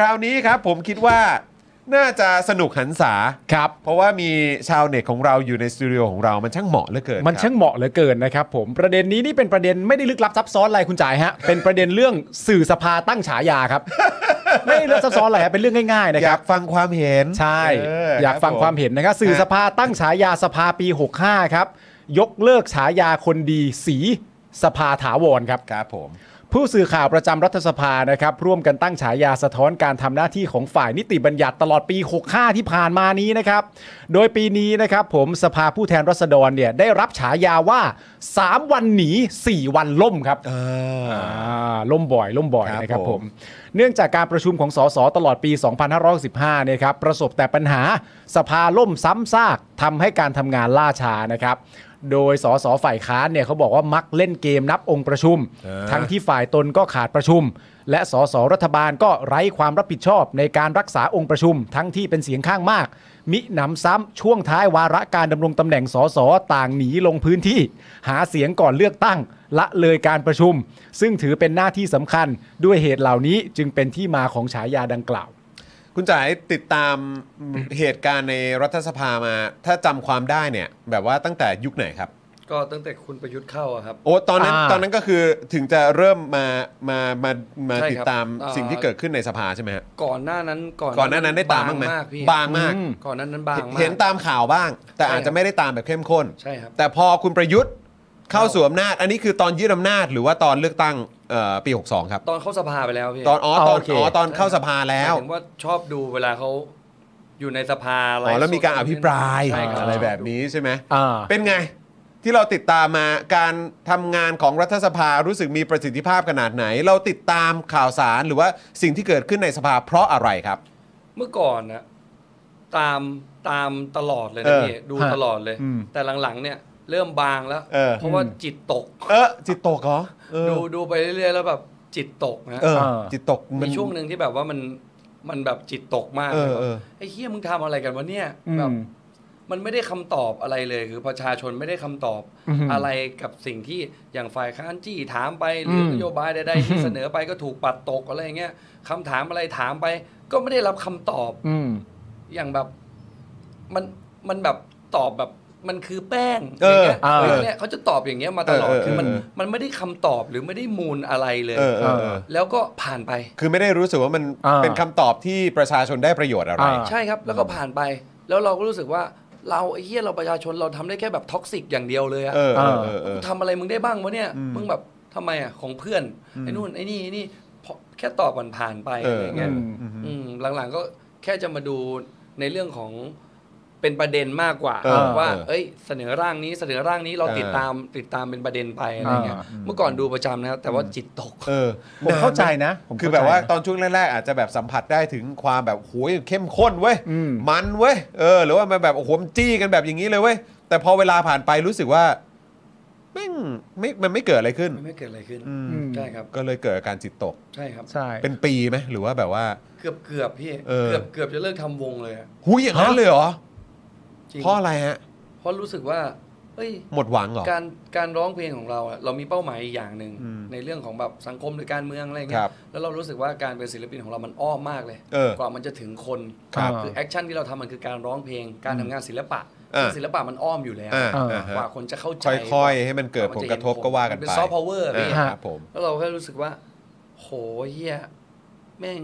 คราวนี้ครับผมคิดว่าน่าจะสนุกหันษา ครับ เพราะว่ามีชาวเน็ตของเราอยู่ในสตูดิโอของเรามันช่างเหมาะเหลือเกิน มันช่างเหมาะเหลือเกินนะครับผมประเด็นนี้นี่เป็นประเด็นไม่ได้ลึกลับซับซ้อนอะไรคุณจ่ ายฮะ เป็นประเด็นเรื่องสื่อสภาตั้งฉายา ครับ ไม่ได้ลึกลับซับซ้อนอะไรฮะเป็นเรื่องง่ายๆ ครับอนะค ยา รับ กฟังความเห็น ใช่ เ อยากฟัง รับผ ความเห็นนะครับสื่อ ฮะ สภาตั้งฉายาสภาปี 65 ครับ ยกเลิกฉายาคนดีสีสภาถาวรครับ ครับผม ผู้สื่อข่าวประจำรัฐสภานะครับร่วมกันตั้งฉายาสะท้อนการทำหน้าที่ของฝ่ายนิติบัญญัติตลอดปี 65 ที่ผ่านมานี้นะครับ โดยปีนี้นะครับผมสภาผู้แทนรัษฎรเนี่ยได้รับฉายาว่า 3 วันหนี 4 วันล่มครับ เออ อ่าล่มบ่อยล่มบ่อย ครับ นะครับ ผ ผม ม เนื่องจากการประชุมของสสตลอดปี 2565เนี่ยครับประสบแต่ปัญหาสภาล่มซ้ำซากทำให้การทำงานล่าช้านะครับ โดยสสฝ่ายค้านเนี่ยเขาบอกว่ามักเล่นเกมนับองค์ประชุม ทั้งที่ฝ่ายตนก็ขาดประชุม และสสรัฐบาลก็ไร้ความรับผิดชอบในการรักษาองค์ประชุม ทั้งที่เป็นเสียงข้างมาก มิหนำซ้ำช่วงท้ายวาระการดำรงตำแหน่งสสต่างหนีลงพื้นที่ หาเสียงก่อนเลือกตั้ง ละเลยการประชุม ซึ่งถือเป็นหน้าที่สำคัญด้วยเหตุเหล่านี้จึงเป็นที่มาของฉายาดังกล่าว คุณจ๋ายติดตามเหตุการณ์ในรัฐสภามา ถ้าจำความได้เนี่ย แบบว่าตั้งแต่ยุคไหนครับ ก็ตั้งแต่คุณประยุทธ์เข้าอะครับ โอ้ตอนนั้น อ่า ตอนนั้นก็คือถึงจะเริ่มมามามามา ใช่ครับ ติดตาม อ่า สิ่งที่เกิดขึ้นในสภาใช่ไหมฮะ ก่อนหน้านั้นก่อน ก่อนหน้านั้นได้ตามบ้างไหม พี่ บางมาก ก่อนหนั้นนั้นบางมาก เห็นตามข่าวบ้าง แต่ ใช่ อาจ ครั จะ บ ไม่ได้ตามแบบเข้มข้น ใช่ครับ แต่พอคุณประยุทธ์เข้า ครับ สู่อำนาจ อันนี้คือตอนยึดอำนาจหรือว่าตอนเลือกตั้งเอ่อปี 62 ครับ ตอนเข้าสภาไปแล้วพี่ ตอนอ๋อตอน โอเค อ๋อตอนเข้าสภาแล้ว หมายถึงว่าชอบดูเวลาเขาอยู่ในสภา อ๋อแล้วมีการอภิปราย ใช่คบ อะไรแบบนี้ใช่ไหม อ่า เป็นไงที่เราติดตามมาการทำงานของรัฐสภารู้สึกมีประสิทธิภาพขนาดไหน เราติดตามข่าวสารหรือว่าสิ่งที่เกิดขึ้นในสภาเพราะอะไรครับ เมื่อก่อนนะตามตามตลอดเลย เอ นะ อ พี่ดู ฮะ ตลอดเลย อืม แต่หลังๆ เนี่ยเริ่มบางแล้ว เออ เพราะว่าจิตตก เออจิตตกเหรอเออ ดูดูไปเรื่อยๆแล้วแบบจิตตกนะ เออ เออ จิตตกมั มี น ช่วงหนึ่งที่แบบว่ามันมันแบบจิตตกมาก เออ แบบ เออ ไอ้เฮียมึงทำอะไรกันวะเนี่ยแบบมันไม่ได้คำตอบอะไรเลยคือประชาชนไม่ได้คำตอบ อืม อะไรกับสิ่งที่อย่างฝ่ายค้านจี้ถามไปหรืออ ม นโยบายใดๆที่เสนอไปก็ถูกปัดตกอะไรอย่างเงี้ยคำถามอะไรถามไป ก็ไม่ได้รับคำตอบอย่างแบบมันมันแบบตอบแบบมันคือแป้ง เอออย่าง งี้ย เออ เออเนี่ยเขาจะตอบอย่างเงี้ยมาตลอด เออเออ คือมัน เออ มันไม่ได้คำตอบหรือไม่ได้มูลอะไรเลย เออเออเออ แล้วก็ผ่านไป คือไม่ได้รู้สึกว่ามัน อ่า เป็นคำตอบที่ประชาชนได้ประโยชน์อะไร อ่า ใช่ครับ แล้วก็ผ่านไปแล้วเราก็รู้สึกว่าเราไอ้เหี้ยเราประชาชนเราทำได้แค่แบบท็อกซิกอย่างเดียวเลยอะ เออเออเออเออ กูทำอะไรมึงได้บ้างวะเนี่ย อืม มึงแบบทำไมอะของเพื่อน อืม ไอ้นู่นไอ้นี่ไอ้นี่พอแค่ตอบผ่านผ่านๆไป เอออ อะไรอย่างเงี้ย อืม อืมหลังๆก็แค่จะมาดูในเรื่องของเป็นประเด็นมากกว่า เออ ว่า เออ เอ้ย เสนอร่างนี้เสนอร่างนี้เรา เออ ติดตามติดตามเป็นประเด็นไปอะไรอย่างเงี้ย อ่า เมื่อก่อนดูประจำนะครับแต่ว่าจิตตก เออ ผมเข้าใจนะผม คือ เข้าใจ แบบว่า นะ ตอนช่วงแรกๆอาจจะแบบสัมผัสได้ถึงความแบบโหยเข้มข้นเว้ย อืม มันเว้ยเออหรือว่ามันแบบโอ้โหมันจี้กันแบบอย่างนี้เลยเว้ยแต่พอเวลาผ่านไปรู้สึกว่าแม่งไม่มันไม่เกิดอะไรขึ้น ไม่เกิดอะไรขึ้น อืม ใช่ครับ ก็เลยเกิดอาการจิตตก ใช่ครับ ใช่ เป็นปีไหมหรือว่าแบบว่า เกือบเกือบพี่ เออ เกือบเกือบจะเลิกทำวงเลยอะ หุยอย่างนั้น ฮะ เลยเหรอ จริง เพราะอะไรฮะ เพราะรู้สึกว่าเอ้ย หมดหวังเหรอ การการร้องเพลงของเราอะเรามีเป้าหมายอีกอย่างหนึ่ง อืม ในเรื่องของแบบสังคมหรือการเมืองอะไร ค เงี้ รั ย บ แล้วเรารู้สึกว่าการเป็นศิลปินของเรามันอ้อมมากเลย เออก ว่ามันจะถึงคน ครับ คือแอคชั่นที่เราทำมันคือการร้องเพลง การทำงานศิลปะ อ่า ซึ่งศิลปะมันอ้อมอยู่แล้ว อ่า เออ อ่าฮะ กว่าคนจะเข้าใจ ค่อยๆ ให้มันเกิดผลกระทบก็ว่ากัน มั ไป เป็นซอฟต์พาวเวอร์พี่ อ่าครับผม แล้วเราก็รู้สึกว่า โหเฮียแม่ง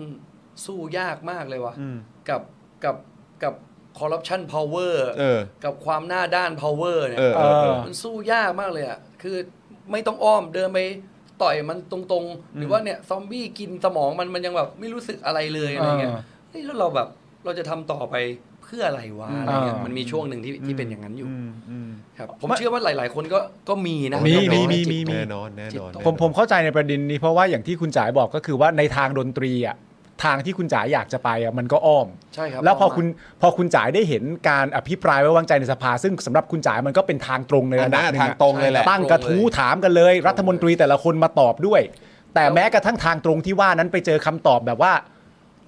สู้ยากมากเลยว่ะ อืม กับกับกับคอร์รัปชันพาวเวอร์ เออ กับความหน้าด้าน power เนี่ย เออเออเออ มันสู้ยากมากเลยอ่ะคือไม่ต้องอ้อมเดินไปต่อยมันตรงๆ หรือว่าเนี่ยซอมบี้กินสมองมันมันยังแบบไม่รู้สึกอะไรเลยอะไรเงี้ย อ่า เฮ้ยแล้วเราแบบเราจะทำต่อไปเพื่ออะไรวะอะไรเงี้ย อ่ามั มันมีช่วงหนึ่งที่ที่เป็นอย่างนั้นอยู่ อืมอืม ครับผมเชื่อว่าหลาย ๆ คนก็ก็มีนะ มีมีมี จิต มี แน่นอนแน่นอน ผมผมเข้าใจในประเด็นนี้เพราะว่าอย่างที่คุณจ๋ายบอกก็คือว่าในทางดนตรีอ่ะทางที่คุณจ๋ายอยากจะไปอ่ะมันก็อ้อม ใช่ครับ แล้วพอ มาก คุณพอคุณจ๋ายได้เห็นการอภิปรายไว้วางใจในสภา ซึ่งสำหรับคุณจ๋ายมันก็เป็นทางตรงใน อัน ระ นั้นดับ อะ หนึ่ ทางตรงเลยแหละ ตั้งกระทู้ถามกันเลย รัฐมนตรีแต่ละคนมาตอบด้วย แต่แม้กระทั่งทางตรงที่ว่านั้นไปเจอคำตอบแบบว่า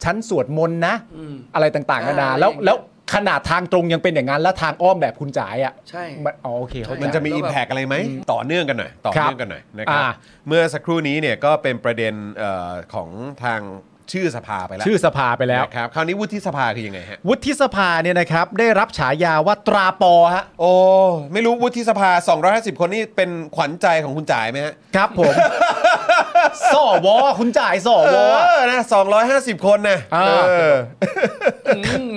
ฉันสวดมนต์นะ อืม อะไรต่างๆนานา อ่า แล้ว อย่างเงี้ย แล้วขนาดทางตรงยังเป็นอย่างนั้น แล้วทางอ้อมแบบคุณจ๋ายอ่ะ ใช่ มันอ๋อโอเคเข้าใจ มันจะมี แล้วแบบ Impact อะไรไหม ต่อเนื่องกันหน่อย ต่อเนื่องกันหน่อยนะครับ อ่า เมื่อสักครู่นี้เนี่ยก็เป็นประเด็นเอ่อของทาง ชื่อสภาไปแล้ว ชื่อสภาไปแล้ว นะครับคราวนี้วุฒิสภาคือยังไงฮะ วุฒิสภาเนี่ยนะครับได้รับฉายาว่าตราปอฮะ โอ้ไม่รู้วุฒิสภา 250 คนนี่เป็นขวัญใจของคุณจ่ายไหมฮะ ครับผม สอวอคุณจ่ายสอ เอ วอ อนะ250 คนนะ อ่า เออ อืม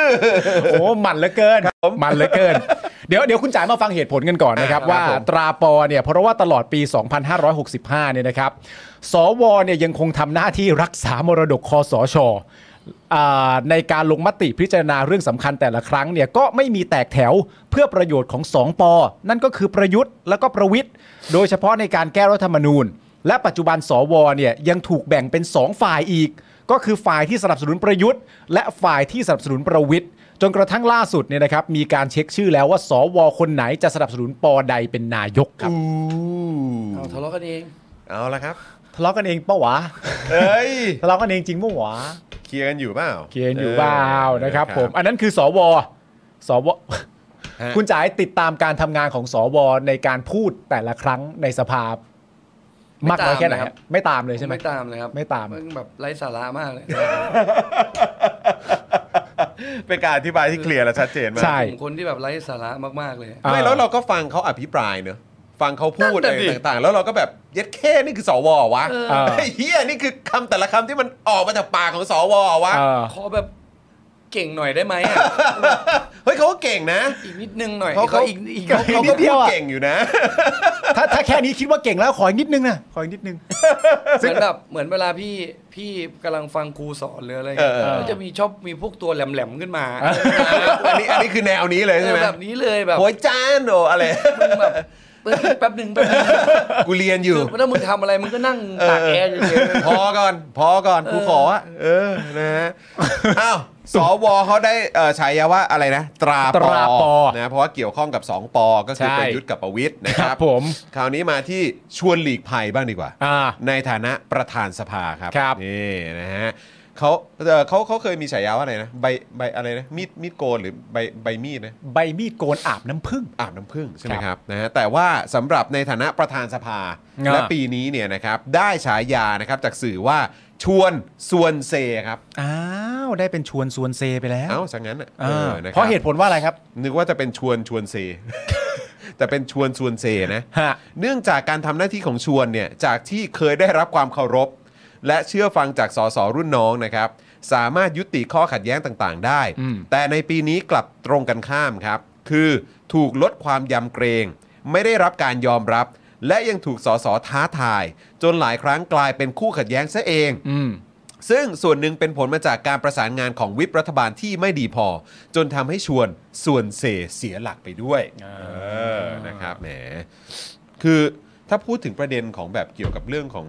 โอ้มันเหลือเกิน มันเหลือเกิน เดี๋ยวเดี๋ยวคุณจ๋ามาฟังเหตุผลกันก่อนนะครับ ว่าตราปอเนี่ยเพราะว่าตลอดปี 2565 เนี่ยนะครับ สวเนี่ยยังคงทำหน้าที่รักษามรดกคอสชอ่าในการลงมติพิจารณาเรื่องสำคัญแต่ละครั้งเนี่ยก็ไม่มีแตกแถวเพื่อประโยชน์ของสองปอนั่นก็คือประยุทธ์แล้วก็ประวิทย์โดยเฉพาะในการแก้รัฐธรรมนูญ และปัจจุบันสวเนี่ยยังถูกแบ่งเป็น 2 ฝ่ายอีก ก็คือฝ่ายที่สนับสนุนประยุทธ์ และฝ่ายที่สนับสนุนประวิทย์จนกระทั่งล่าสุดเนี่ยนะครับมีการเช็คชื่อแล้วว่า สวคนไหนจะสนับสนุนปอใดเป็นนายกครับ เอาทะเลาะกันเอง เอาละครับ ทะเลาะกันเองปะวะ เอ้ย ทะเลาะกันเองจริงปะวะ เคลียร์กันอยู่เปล่า เกียนอยู่บ้าวนะครับผม เออ อันนั้นคือสวสว ฮะ คุณจ๋ายติดตามการทำงานของสวในการพูดแต่ละครั้งในสภา ไม่ มากน้อยแค่ไหน ตามนะครับ ฮะไม่ตามเลยใช่ไหม ไม่ตามเลยครับ ไม่ตาม นแบบไร้สาระมากเลย เป็นการอธิบายที่เคลียร์และชัดเจนมาก ใช่ ผมคนที่แบบไร้สาระมากๆเลย ไม่ อ่า แล้วเราก็ฟังเขาอภิปรายเนอะฟังเขาพูด นั่ อะ น ไร น่ะดิ ต่างๆ แล้วเราก็แบบเย็ดแค่นี่คือสววะ เออ ไอ้เฮียนี่คือคำแต่ละคำที่มันออกมาจากปากของสววะ เออ ขอแบบเก่งหน่อยได้ไหมอะ เฮ้ยเขาก็เก่งนะ อีกนิดนึงหน่อย เขาเขา อีกอีก เขาเขา นิ ก็ ดเดี พู ยว ด อะ เก่งอยู่นะ ถ้าถ้าแค่นี้คิดว่าเก่งแล้วขออีกนิดนึงนะขออีกนิดนึง เหมือนแบบเหมือนเวลาพี่พี่กำลังฟังครูสอนหรืออะไร เอ เงี้ อเออ ยก็จะมีชอบมีพวกตัวแหลมๆขึ้นมา อันนี้อันนี้คือแนวนี้เลยใช่ไหม แบบนี้เลยแบบ โอ้ยจานโออะไร มึงแบบเปิดแป๊บหนึ่งแป๊บหนึ่ง กูเรียนอยู่ คือถ้ามึงทำอะไรมึงก็นั่งตากแอร์อยู่เฉย พอก่อน พอก่อนกูขออะเออนะ ฮะอ้าวสวเขาได้เอ่อฉายาว่าอะไรนะ ตรา ตราปอ นะเพราะว่าเกี่ยวข้องกับ 2 ปอ ก็คือ ใช่ ประยุทธ์กับประวิทย์นะครับ ผม คราวนี้มาที่ชวนหลีกภัยบ้างดีกว่า อ่า ในฐานะประธานสภาครับ ครับ นี่นะฮะเขาเอ่อเขาเขาเคยมีฉายาว่าอะไรนะใบใบอะไรนะมีดมีดโกนหรือใบใบมีดนะ ใบมีดโกนอาบน้ำผึ้ง อาบน้ำผึ้งใช่ไหมครับนะฮะแต่ว่าสำหรับในฐานะประธานสภา อ่า และปีนี้เนี่ยนะครับได้ฉายานะครับจากสื่อว่าชวนซวนเซครับ อ้าวได้เป็นชวนซวนเซไปแล้ว เอ้าสังงั้นอ่ะ อ่า ออนะคบ เพราะเหตุผลว่าอะไรครับ นึกว่าจะเป็นชวนชวนเซ แต่เป็นชวนซวนเซนะ ฮะ เนื่องจากการทำหน้าที่ของชวนเนี่ยจากที่เคยได้รับความเคารพ และเชื่อฟังจากสสรุ่นน้องนะครับ สามารถยุติข้อขัดแย้งต่างๆ ได้ อืม แต่ในปีนี้กลับตรงกันข้ามครับ คือถูกลดความยำเกรง ไม่ได้รับการยอมรับ และยังถูกสสท้าทาย จนหลายครั้งกลายเป็นคู่ขัดแย้งซะเอง อืม ซึ่งส่วนหนึ่งเป็นผลมาจากการประสานงานของวิปรัฐบาลที่ไม่ดีพอ จนทำให้ชวนส่วนเสเสียหลักไปด้วยเออนะครับแหมคือถ้าพูดถึงประเด็นของแบบเกี่ยวกับเรื่องของ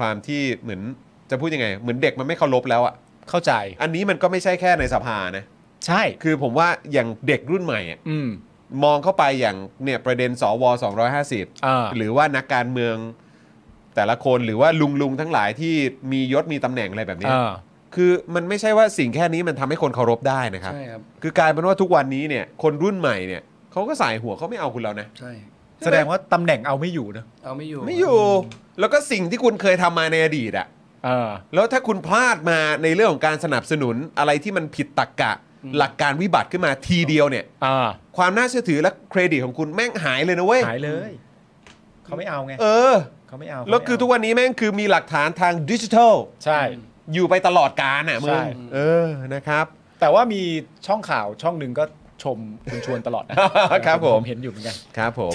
ความที่เหมือนจะพูดยังไง เหมือนเด็กมันไม่เคารพแล้วอ่ะ เข้าใจ อันนี้มันก็ไม่ใช่แค่ในสภานะ ใช่ คือผมว่าอย่างเด็กรุ่นใหม่อะ อืม มองเข้าไปอย่างเนี่ยประเด็นสว อ่า 250 หรือว่านักการเมืองแต่ละคนหรือว่าลุงลุงๆทั้งหลายที่มียศมีตำแหน่งอะไรแบบเนี้ย อ่า คือมันไม่ใช่ว่าสิ่งแค่นี้มันทำให้คนเคารพได้นะครับ ใช่ครับ คือกลายเป็นว่าทุกวันนี้เนี่ยคนรุ่นใหม่เนี่ยเขาก็สายหัวเขาไม่เอาคุณแล้วนะ ใช่ แสดงว่าตำแหน่งเอาไม่อยู่เนอะ เอาไม่อยู่ ไม่อยู่ แล้วก็สิ่งที่คุณเคยทำมาในอดีตอะ เออ แล้วถ้าคุณพลาดมาในเรื่องของการสนับสนุนอะไรที่มันผิดตรกกะ หลักการวิบัติขึ้นมาทีเดียวเนี่ย อ่า ความน่าเชื่อถือและเครดิตของคุณแม่งหายเลยนะเว้ย หายเลย เขาไม่เอาไง เออ เขาไม่เอา แล้วคือทุกวันนี้แม่งคือมีหลักฐานทางดิจิทัล ใช่ อยู่ไปตลอดกาลอ่ะมึ ใช่ งเออนะครับ แต่ว่ามีช่องข่าวช่องหนึ่งก็ชมคุณชวนตลอดนะครับ ผม เห็นอยู่เหมือนกัน ครับผม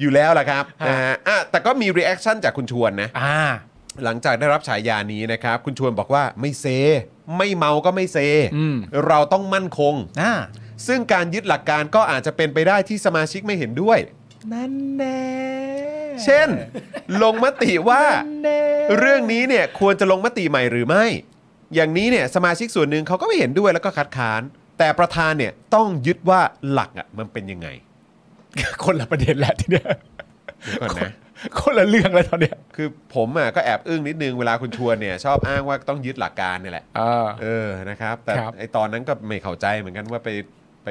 อยู่แล้วล่ะครับ ฮะ นะฮะอ่ะแต่ก็มีรีแอคชั่นจากคุณชวนนะ อ่า หลังจากได้รับฉายานี้นะครับ คุณชวนบอกว่าไม่เซ ไม่เมาก็ไม่เซ อืม เราต้องมั่นคง อ่า ซึ่งการยึดหลักการก็อาจจะเป็นไปได้ที่สมาชิกไม่เห็นด้วย นั่นแน่ เช่น ลงมติว่า แน่ เรื่องนี้เนี่ยควรจะลงมติใหม่หรือไม่ อย่างนี้เนี่ยสมาชิกส่วนหนึ่งเขาก็ไม่เห็นด้วยแล้วก็คัดค้าน แต่ประธานเนี่ยต้องยึดว่าหลักอ่ะมันเป็นยังไง คนละประเด็นแหละทีเนี้ย เดี๋ยวก่อนนะ คนละเรื่องแล้วตอนเนี้ย คือผมอ่ะก็แอบอึ้งนิดนึงเวลาคุณชวนเนี่ยชอบอ้างว่าต้องยึดหลักการเนี่ยแหละ อ่า เออ นะครับ แต่ ครับ ไอตอนนั้นก็ไม่เข้าใจเหมือนกันว่าไปไป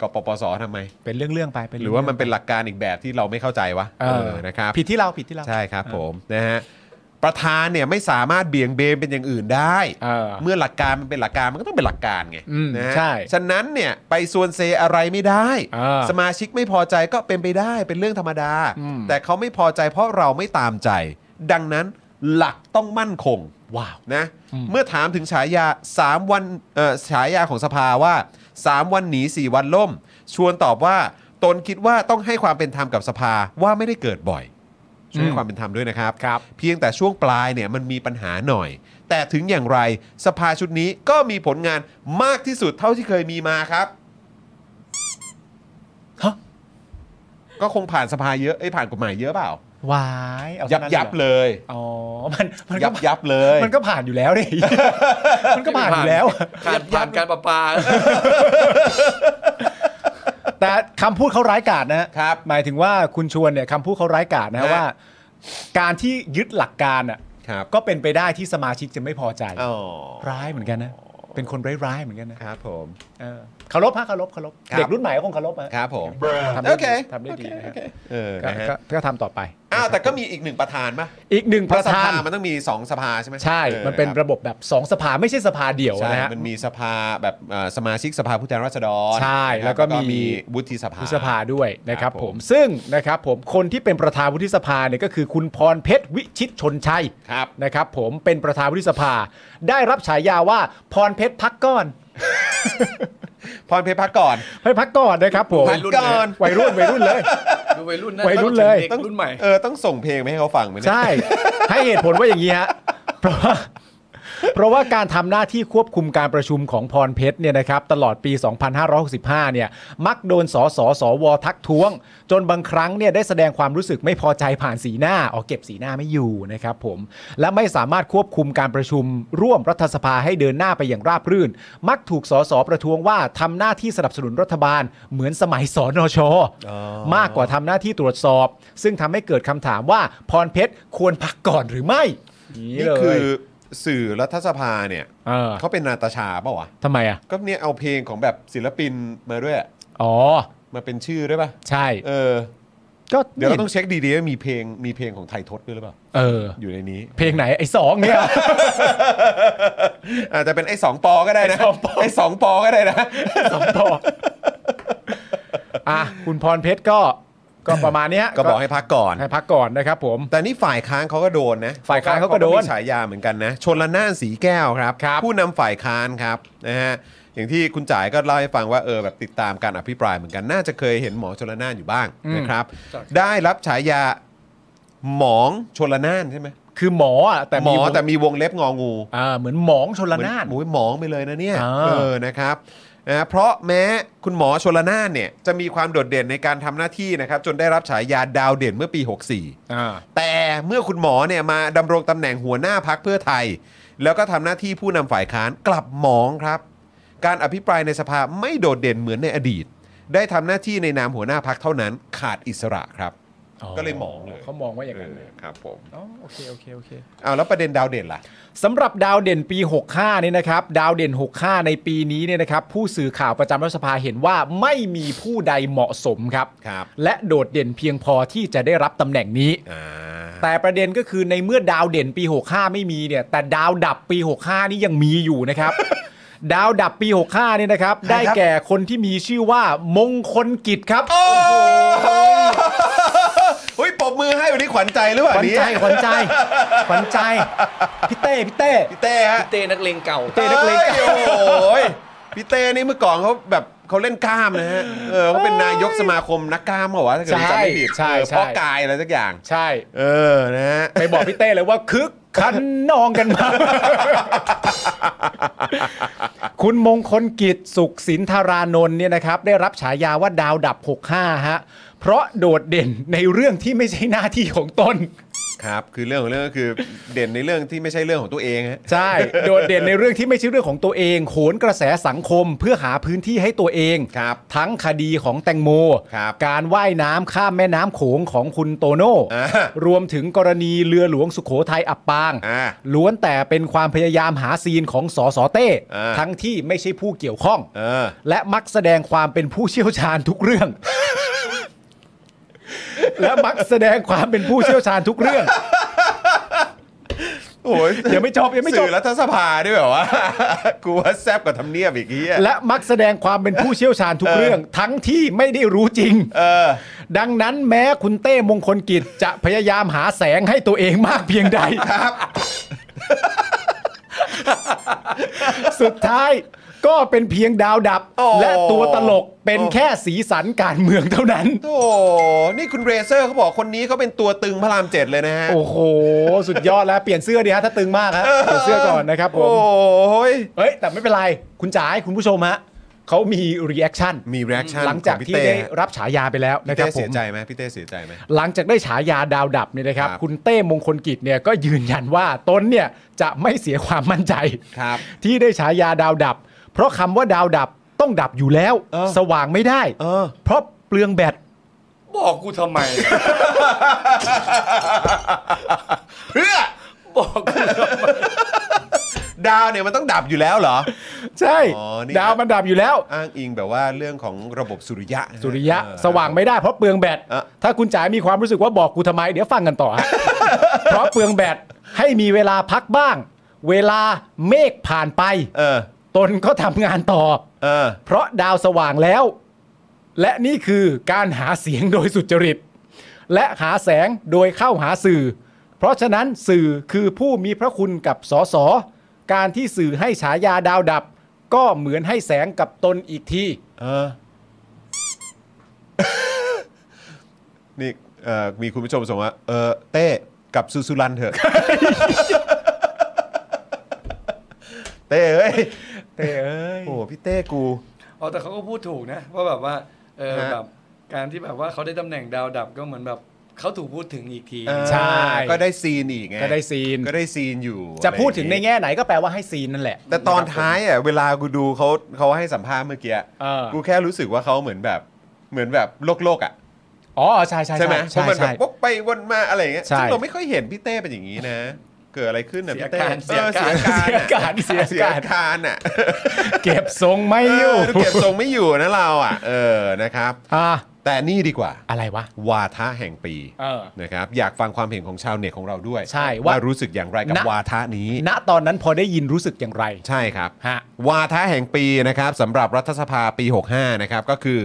กปปสทำไม เป็นเรื่องๆไป หรือว่ามันเป็นหลักการอีกแบบที่เราไม่เข้าใจวะ เออ นะครับ ผิดที่เราผิดที่เรา ใช่ครับ อ่า ผมนะฮะป ประธานเนี่ยไม่สามารถเบี่ยงเบนเป็นอย่างอื่นได้ เออ เมื่อหลักการมันเป็นหลักการมันก็ต้องเป็นหลักการไง อืม นะฮะ ใช่ ฉะนั้นเนี่ยไปซวนเซอะไรไม่ได้ อ่า สมาชิกไม่พอใจก็เป็นไปได้เป็นเรื่องธรรมดา อืม แต่เขาไม่พอใจเพราะเราไม่ตามใจ ดังนั้นหลักต้องมั่นคง ว้าว นะ อืม เมื่อถามถึงฉายา 3 วันเอ่อฉายาของสภาว่า 3 วันหนี 4 วันล่ม ชวนตอบว่า ตนคิดว่าต้องให้ความเป็นธรรมกับสภาว่าไม่ได้เกิดบ่อย ช่วยให้ความเป็นธรรมด้วยนะครับ ครับ เพียงแต่ช่วงปลายเนี่ยมันมีปัญหาหน่อย แต่ถึงอย่างไรสภาชุดนี้ก็มีผลงานมากที่สุดเท่าที่เคยมีมาครับ ฮะ ก็คงผ่านสภาเยอะไอ้ยผ่านกฎหมายเยอะเปล่า วายเอา ยั ซะ บ นั้น ยับ หรอ เลย อ๋อมันมัน ยั ก็ บยับเลย มันก็ผ่านอยู่แล้วดิ มันก็ผ่านอยู่แล้ว ผ่านผ่านการประปา แต่คำพูดเขาร้ายกาจนะฮะ ครับ หมายถึงว่าคุณชวนเนี่ยคำพูดเขาร้ายกาจนะฮะ ฮะ ว่า การที่ยึดหลักการอ่ะ ครับ ก็เป็นไปได้ที่สมาชิกจะไม่พอใจ อ๋อ ร้ายเหมือนกันนะ เป็นคนร้ายๆเหมือนกันนะครับ ผม เออเคารพฮะเคารพเคารพ ครับ เด็กรุ่นใหม่ก็คงเคารพฮะ ครับผม ทำ โอ ได้ เค ดีทำได้ดีนะฮะ เออ ก็ นะฮะ ก็ก็ทำต่อไป อ้าวแต่ก็มีอีกหนึ่งประธานปะ อีกหนึ่งป เพ ระ ราะส ธา ภาน มันต้องมี 2 สภาใช่ไหม ใช่ ออ มันเป็น ครับ ระบบแบบสองสภาไม่ใช่สภาเดี่ยว ใช่ นะฮะ มันมีสภาแบบเอ่อสมาชิกสภาผู้แทนราษฎร ใช่ นะครับ แล้วก็มี วุฒิสภา วุฒิสภาด้วยนะค ครั รับบ ผ ผม ม ซึ่งนะครับผมคนที่เป็นประธานวุฒิสภาเนี่ยก็คือคุณพรเพชรวิชิตชนชัย ครับ นะครับผมเป็นประธานวุฒิสภา ได้รับฉายาว่าพรเพชรพักก้อน พรเพชรพักก่อน ให้พักก้อนนะครับผม พักก่อน วัยรุ่นวัยรุ่นเลย ดูวัยรุ่นนะ วัยรุ่นเลย เด็กรุ่นใหม่ เออต้องส่งเพลงไปให้เขาฟังไหมเนี่ย ใช่ ให้เหตุผลว่าอย่างนี้ฮะเพราะว่าเพราะว่าการทำหน้าที่ควบคุมการประชุมของพรเพชรเนี่ยนะครับตลอดปี 2565 เนี่ยมักโดนสสสวทักท้วง จนบางครั้งเนี่ยได้แสดงความรู้สึกไม่พอใจผ่านสีหน้าออกเก็บสีหน้าไม่อยู่นะครับผม และไม่สามารถควบคุมการประชุม ร่วมรัฐสภาให้เดินหน้าไปอย่างราบรื่น มักถูกสสประท้วงว่าทำหน้าที่สนับสนุนรัฐบาลเหมือนสมัยสนช มากกว่าทำหน้าที่ตรวจสอบ ซึ่งทำให้เกิดคำถามว่าพรเพชรควรพักก่อนหรือไม่ นี่คือสื่อรัฐสภาเนี่ย เออ เขาเป็นนาตาชาเปล่าวะ ทำไมอ่ะ ก็เนี่ยเอาเพลงของแบบศิลปินมาด้วย อ๋อ มาเป็นชื่อด้วยป่ะ ใช่ เออ ก็ เดี๋ยวเราต้องเช็คดีๆว่ามีเพลงมีเพลงของไทยทศด้วยหรือเปล่า เออ อยู่ในนี้ เพลงไหนไอ้สองเนี่ย อาจจะเป็นไอ้สองปอก็ได้นะ ไอ้สองปอ ไอ้สองปอก็ได้นะ สองต่ออ่ะคุณพรเพชรก็ก็ประมาณเนี้ย ก็บอกให้พักก่อน ให้พักก่อนนะครับผม แต่นี่ฝ่ายค้านเขาก็โดนนะ ฝ่ายค้านเขาก็โดน มีฉายาเหมือนกันนะ ชนละนานสีแก้วครับ ครับ ผู้นำฝ่ายค้านครับนะฮะอย่างที่คุณจ๋ายก็เล่าให้ฟังว่าเออแบบติดตามการอภิปรายเหมือนกันน่าจะเคยเห็นหมอชนละนานอยู่บ้าง อืม นะครับ จ้ะ ได้รับฉายาหมองชนละนานใช่ไหม คือหมออ่ะแต่ หมอแต่ วง มีวงเล็บงองู อ่าเหมือนหมองชนละนาน เหมือโอ้ยหมองไปเลยนะเนี่ย อ่า เออนะครับนะเพราะแม้คุณหมอชลนานเนี่ยจะมีความโดดเด่นในการทำหน้าที่นะครับ จนได้รับฉายาดาวเด่นเมื่อปี 64 ่า แต่เมื่อคุณหมอเนี่ยมาดำรงตำแหน่งหัวหน้าพักเพื่อไทย แล้วก็ทำหน้าที่ผู้นำฝ่ายค้านกลับหมองครับ การอภิปรายในสภาไม่โดดเด่นเหมือนในอดีต ได้ทำหน้าที่ในนามหัวหน้าพักเท่านั้น ขาดอิสระครับ ก็เลยหมองเลย เขามองว่าอย่างนั้น เออครับผม อ๋อโอเคโอเคโอเค เอาแล้วประเด็นดาวเด่นล่ะ สำหรับดาวเด่นปี 65 นี่นะครับ ดาวเด่น 65 ในปีนี้เนี่ยนะครับ ผู้สื่อข่าวประจำรัฐสภาเห็นว่าไม่มีผู้ใดเหมาะสมครับ ครับ และโดดเด่นเพียงพอที่จะได้รับตำแหน่งนี้ อ่า แต่ประเด็นก็คือในเมื่อดาวเด่นปี 65 ไม่มีเนี่ย แต่ดาวดับปี 65 นี่ยังมีอยู่นะครับ ดาวดับปี 65 เนี่ยนะครับ ได้แก่คนที่มีชื่อว่ามงคลกิจครับ โอ้โหเฮ้ยปรบมือให้วันนี้ขวัญใจหรือเปล่า ขวัญ เนี่ย ใจขวัญใจขวัญใจพี่เต้พี่เต้ พี่เต้ฮะ เต้นักเลงเก่า เต้นักเลง อ้ยโอ้โหย พี่เต้นี่เมื่อก่อนเขาแบบเขาเล่นกล้ามนะฮะเออเขาเป็นนายกสมาคมนักกล้ามเหรอวะถ้าเกิดผมจำไม่ผิด ใช่เอใช่อพ่อกายอะไรสักอย่าง ใช่ เออนะฮะ ไปบอกพี่เต้เลยว่าคึกคันนองกันมา คุณมงคลกิจสุขสินธารานนท์เนี่ยนะครับ ได้รับฉายาว่าดาวดับ 65 ฮะ เพราะโดดเด่นในเรื่องที่ไม่ใช่หน้าที่ของตน ครับ คือเรื่องของเรื่องก็คือเด่นในเรื่องที่ไม่ใช่เรื่องของตัวเองฮะ ใช่ โดดเด่นในเรื่องที่ไม่ใช่เรื่องของตัวเอง โหนกระแสสังคมเพื่อหาพื้นที่ให้ตัวเอง ครับ ทั้งคดีของแตงโม ครับ การว่ายน้ำข้ามแม่น้ำโขงของคุณโตโน่ อ่าร วมถึงกรณีเรือหลวงสุโขทัยอับปาง อ่า ล้วนแต่เป็นความพยายามหาซีนของสสเต้ อ่า ทั้งที่ไม่ใช่ผู้เกี่ยวข้อง เออ และมักแสดงความเป็นผู้เชี่ยวชาญทุกเรื่อง และมักแสดงความเป็นผู้เชี่ยวชาญทุกเรื่อง โอ้ย ยังไม่จบยังไม่จบ สื่อรัฐสภาด้วยแบบว่า กูว่าแซบกว่าทำเนียบอีกทีย และมักแสดงความเป็นผู้เชี่ยวชาญทุกเรื่อง ทั้งที่ไม่ได้รู้จริง เออ ดังนั้นแม้คุณเต้มงคลกิจจะพยายามหาแสงให้ตัวเองมากเพียงใด ครับ สุดท้ายก็เป็นเพียงดาวดับ โอ้ และตัวตลกเป็นแค่สีสันการเมืองเท่านั้น โธ่นี่คุณเรเซอร์เขาบอกคนนี้เขาเป็นตัวตึงพระรามเจ็ดเลยนะฮะ โอ้โห สุดยอดแล้วเปลี่ยนเสื้อดีฮะถ้าตึงมากฮะเปลี่ยนเสื้อก่อนนะครับผ โอ ม้ ย เอ้ย แต่ไม่เป็นไร คุณจ๋าให้คุณผู้ชมฮะเขามีรีแอคชั่น มีรีแอคชั่น หลังจากที่ได้รับฉายาไปแล้ว พี่ นะค เต้ รับผ เสีย ม ใจไหมพี่เต้เสียใจไหม หลังจากได้ฉายาดาวดับเนี่ยนะครับ ครับ คุณเต้มงคลกิจเนี่ยก็ยืนยันว่าตนเนี่ยจะไม่เสียความมั่นใจ ครับ ที่ได้ฉายาดาวดับ เพราะคำว่าดาวดับต้องดับอยู่แล้ว เออ สว่างไม่ได้ เออ เพราะเปลืองแบต บอกกูทำไม เพื่อ บอกกูทำไม ดาวเนี่ยมันต้องดับอยู่แล้วเหรอ ใช่ อ๋อนี่ ดาวมันดับอยู่แล้ว อ้างอิงแบบว่าเรื่องของระบบสุริยะนฮ สุริยะ เออ สว่างไม่ได้เพราะเปลืองแบต เออ ถ้าคุณจ๋ามีความรู้สึกว่าบอกกูทำไม เดี๋ยวฟังกันต่อฮะ เพราะเปลืองแบตให้มีเวลาพักบ้าง เวลาเมฆผ่านไป เออ ตนก็ทำงานต่อ เออ เพราะดาวสว่างแล้ว และนี่คือการหาเสียงโดยสุจริต และหาแสงโดยเข้าหาสื่อ เพราะฉะนั้นสื่อคือผู้มีพระคุณกับสสการที่สื่อให้ฉายาดาวดับ ก็เหมือนให้แสงกับตนอีกที เออ นี่เอ่อมีคุณผู้ชมส่งว่า เออเต้กับซูซูรันเถอะ เต้เอ้ย เต้เอ้ย โอ้โหพี่เต้กู อ๋อแต่เขาก็พูดถูกนะว่าแบบว่าเออ ฮะ แบบการที่แบบว่าเขาได้ตำแหน่งดาวดับก็เหมือนแบบเขาถูกพูดถึงอีกที เออ ใช่ ก็ได้ซีนอีกไง ก็ได้ซีน ก็ได้ซีนอยู่ จะพูดถึงใน อะไรอย่าเย แง่ไหนก็แปลว่าให้ซีนนั่นแหละ แต่ตอนท้ายอ่ะเวลากูดูเขาเขาให้สัมภาษณ์เมื่อกี้อะ เออ กูแค่รู้สึกว่าเขาเหมือนแบบเหมือนแบบโลกโลกๆอ่ะ อ๋อใช่ใช่ ใช่ไหมเพ ใช่ ราะมันแบ ใช่ บวกไปวนมาอะไรอย่างเงี้ย ใช่ ซึ่งเราไม่ค่อยเห็นพี่เต้เป็นอย่างนี้นะ เกิดอะไรขึ้นนะ เสีย พี่เต้ การ เออ เสี เสีย ย กา การ ร น่ะ เสียการเสี เสีย ยการ การน่ะ เก็บทรงไม่อยู่ เออเก็บทรงไม่อยู่นะเราอ่ะ เออนะครับ อ่ะ แต่นี่ดีกว่า อะไรวะ วาทะแห่งปี เออ นะครับ อยากฟังความเห็นของชาวเน็ตของเราด้วย ใช่ว่า ว่ารู้สึกอย่างไรกับ ณ วาทะนี้ ณตอนนั้นพอได้ยินรู้สึกอย่างไร ใช่ครับ ฮะ วาทะแห่งปีนะครับสำหรับรัฐสภาปี 65 นะครับ ก็คือ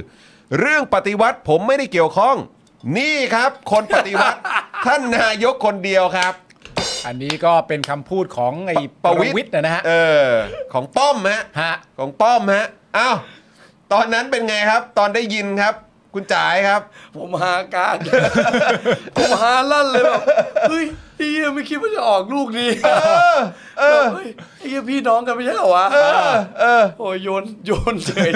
เรื่องปฏิวัติผมไม่ได้เกี่ยวข้อง นี่ครับ คนปฏิวั ติ ท่านนายกคนเดียวครับ อันนี้ก็เป็นคำพูดของไอ้ ป ประ ระ วิ วิ ตร ทย์นะฮะ เออ ของป้อมฮะ ฮะ ของป้อมฮะอ้าวตอนนั้นเป็นไงครับ ตอนได้ยินครับ คุณจ๋ายครับ ผมหาการ ผมหาลั่นเลยแบบเฮ้ยไอ้เหี้ยไม่คิดว่าจะออกลูกนี้ เออ เออ เฮ้ยไอ้เหี้ยพี่น้องกันไม่ใช่เหรอวะ เออ เออ โอ้ยโยนโยนเฉย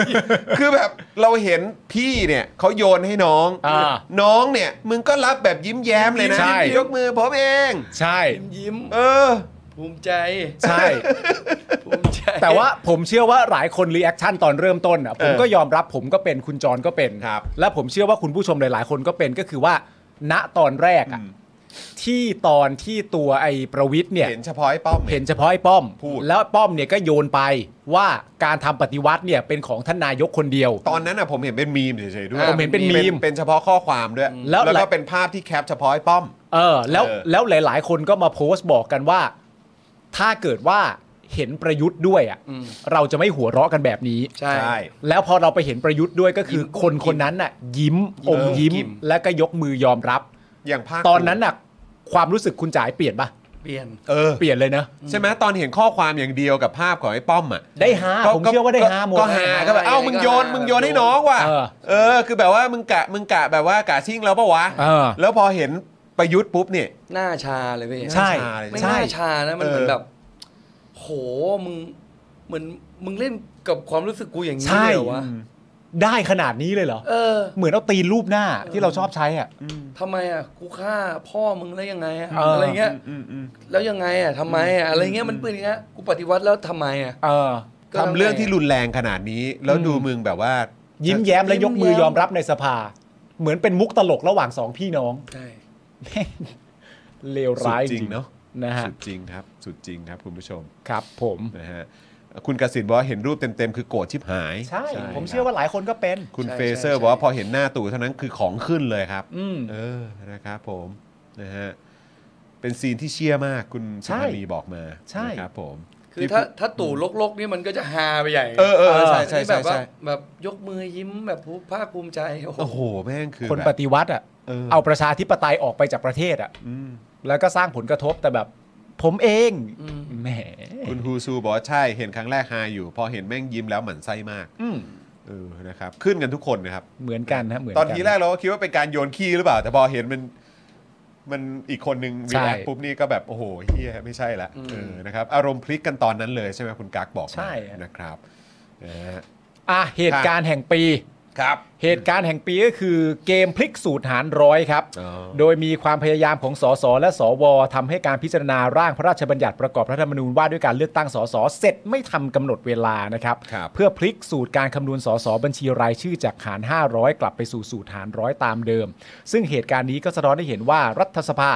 คือแบบเราเห็นพี่เนี่ยเขาโยนให้น้อง อ่า น้องเนี่ย มึงก็รับแบบยิ้มแย้มเลยนะ ใช่ ยกมือผมเอง ใช่ ยิ้มยิ้ม เออ ภูมิใจ ใช่ ภูมิใจ แต่ว่า ผมเชื่อว่าหลายคนรีแอคชั่นตอนเริ่มต้นอ่ะผม เออ ก็ยอมรับผมก็เป็นคุณจรก็เป็น ครับ และผมเชื่อว่าคุณผู้ชมหลาย ๆ คนก็เป็นก็คือว่า ณตอนแรกอ่ะที่ตอนที่ตัวไอ้ประวิทย์เนี่ย เห็นเฉพาะไอ้ป้อม เห็ ย นเฉพาะไอ้ป้อม พูด แล้วป้อมเนี่ยก็โยนไปว่าการทำปฏิวัติเนี่ยเป็นของท่านนายกคนเดียว ตอนนั้นอ่ะผมเห็นเป็นมีมเฉยๆด้วย ผมเห็นเป็นมีม เป็นเฉพาะข้อความด้วย แล้ว แล้วก็เป็นภาพที่แคปเฉพาะไอ้ป้อม เออแล้ว เออ แล้วหลาย ๆ คนก็มาโพสต์บอกกันว่า ถ้าเกิดว่าเห็นประยุทธ์ด้วยอ่ะ อืม เราจะไม่หัวเราะกันแบบนี้ ใช่ แล้วพอเราไปเห็นประยุทธ์ด้วยก็คือ ยิ้ม คนคนนั้นน่ะ ยิ้ม ยิ้ อ ม มยิ้ม ยิ้ม และก็ยกมือยอมรับ อย่างภาค ตอนนั้นน่ะ ความรู้สึกคุณจ๋ายเปลี่ยนปะ เปลี่ยน เออ เปลี่ยนเลยเนอะ ใช่ไหมตอนเห็นข้อความอย่างเดียวกับภาพของไอ้ป้อมอ่ะ ได้ฮาผมเชื่อว่าได้ฮาหมด ก็หาก็แบบเอ้ามึงโยนมึงโยนให้น้องว่ะ เออ เออ คือแบบว่ามึงกะมึงกะแบบว่ากะชิ่งแล้วปะวะ เออ แล้วพอเห็นประยุทธ์ปุ๊บเนี่ย หน้าชาเลยพี่ ใช่ หน้าชาเลย ไม่ ใช่ น่าชานะมันเหมือ เอน อ แบบ โหมึงเหมือนมึงเล่นกับความรู้สึกกูอย่างนี้ ใช่ เลยเหรอวะ ได้ขนาดนี้เลยเหรอ เออ เหมือนเอาตีนรูปหน้าที่เราชอบใช้อ่ะ ทำไมอ่ะกูฆ่าพ่อมึงแล้วยังไงอ่ะ เอออ อะไรเงี้ย อืมอืม แล้วยังไงอ่ะทำไมอ่ะอะไรเงี้ยมันเป็นอย่างเงี้ยกูปฏิวัติแล้วทำไมอ่ะ เออ ก็แล้ว ทำเรื่อง ไง ที่รุนแรงขนาดนี้ แล้ว อืม ดูมึงแบบว่า ยิ้ ยิ้มแย้มและยกมือ ยิ้มแย้ม ยอมรับในสภา เหมือนเป็นมุกตลกระหว่างสองพี่น้อง ใช่ แม่งเลวร้าย สุดจริงเนอะ นะฮะ สุดจริงครับ สุดจริงครับคุณผู้ชม ครับ ผม นะฮะคุณกสินบอกว่าเห็นรูปเต็มๆคือโกรธชิบหาย ใช่ ผมเชื่อว่าหลายคนก็เป็น คุณเฟเซอร์บอกว่าพอเห็นหน้าตู่เท่านั้นคือของขึ้นเลยครับ อืม เออ นะครับผม นะฮะ เ เป็นซีนที่เชี่ยมากคุณสุภานีบอกมา ใช่ นะครับผม คือถ้าถ้าตู่ลกๆนี่มันก็จะฮาไปใหญ่ เออเออใช่ใช่ นี่แบบ ใช่ ว่า ใช่ แบบยกมือยิ้มแบบภาคภูมิใจโอ้โห โอ้โห แม่งคือ คน แบ ป บ ฏิวัติอ่ะ เออ เอาประชาธิปไตยออกไปจากประเทศอ่ะ อืม แล้วก็สร้างผลกระทบแต่แบบ ผมเอง อืม แหม คุณฮูซูบอกว่าใช่ เห็นครั้งแรกฮาอยู่ พอเห็นแม่งยิ้มแล้วหมั่นไส้มากเออนะครับ ขึ้นกันทุกคนนะครับ เหมือนกันนะเหมือน ต กั อนทีแรกเราก็คิดว่าเป็นการโยนขี้หรือเปล่า แต่พอเห็นมันมันอีกคนนึงวี ใช่ แอคปุ๊บนี่ก็แบบ โอ้โหเฮียไม่ใช่ละเออนะครับ อารมณ์พลิกกันตอนนั้นเลยใช่ไหมคุณกั๊กบอกมา ใช่ฮะ นะครับนะฮะ อ่ะเหตุการณ์แห่งปี ครับ เหตุการณ์แห่งปีก็คือเกมพลิกสูตรหารร้อยครับ อ๋อ โดยมีความพยายามของสสและสวทำให้การพิจารณาร่างพระราชบัญญัติประกอบรัฐธรรมนูญว่าด้วยการเลือกตั้งสสเสร็จไม่ทำกำหนดเวลานะครับ ครับ เพื่อพลิกสูตรการคำนวณสสบัญชีรายชื่อจากหาร 500 กลับไปสู่สูตรหารร้อยตามเดิม ซึ่งเหตุการณ์นี้ก็สะท้อนให้เห็นว่ารัฐสภา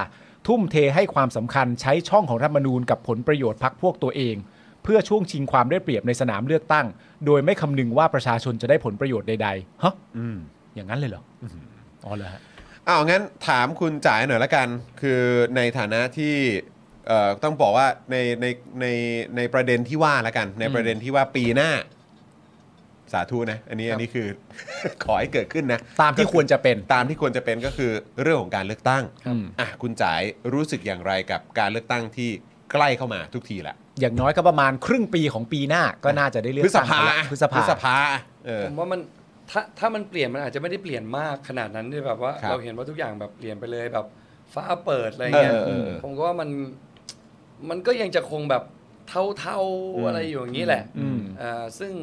ทุ่มเทให้ความสำคัญใช้ช่องของรัฐธรรมนูญกับผลประโยชน์พรรคพวกตัวเอง เพื่อช่วงชิงความได้เปรียบในสนามเลือกตั้ง โดยไม่คำนึงว่าประชาชนจะได้ผลประโยชน์ใดๆฮะ อืม อย่างนั้นเลยเหรออ๋อเหรอฮะ อ้าวงั้นถามคุณจ๋ายหน่อยละกัน คือในฐานะที่เอ่อต้องบอกว่าในในในในประเด็นที่ว่าละกัน ในประเด็นที่ว่าปีหน้า สาธุนะ อันนี้อันนี้คือ ขอให้เกิดขึ้นนะ ตามที่ควรจะเป็น ตามที่ควรจะเป็นก็คือเรื่องของการเลือกตั้ง ครับ อ่ะคุณจ๋ายรู้สึกอย่างไรกับการเลือกตั้งที่ใกล้เข้ามาทุกทีละ อย่างน้อยก็ประมาณครึ่งปีของปีหน้าก็น่าจะได้เลือก พฤษ ตั้ง ภา กันละพฤษพภาฤษภาเออ ผมว่ามันถ้าถ้ามันเปลี่ยนมันอาจจะไม่ได้เปลี่ยนมากขนาดนั้นด้วยแบบว่า ครับ เราเห็นว่าทุกอย่างแบบเปลี่ยนไปเลยแบบฟ้าเปิดอะไรเงี้ย เออเออเออ ผมก็ว่ามันมันก็ยังจะคงแบบเท่า อืม ๆอะไรอยู่อย่างนี้แหละ อืม เอ่อซึ่ง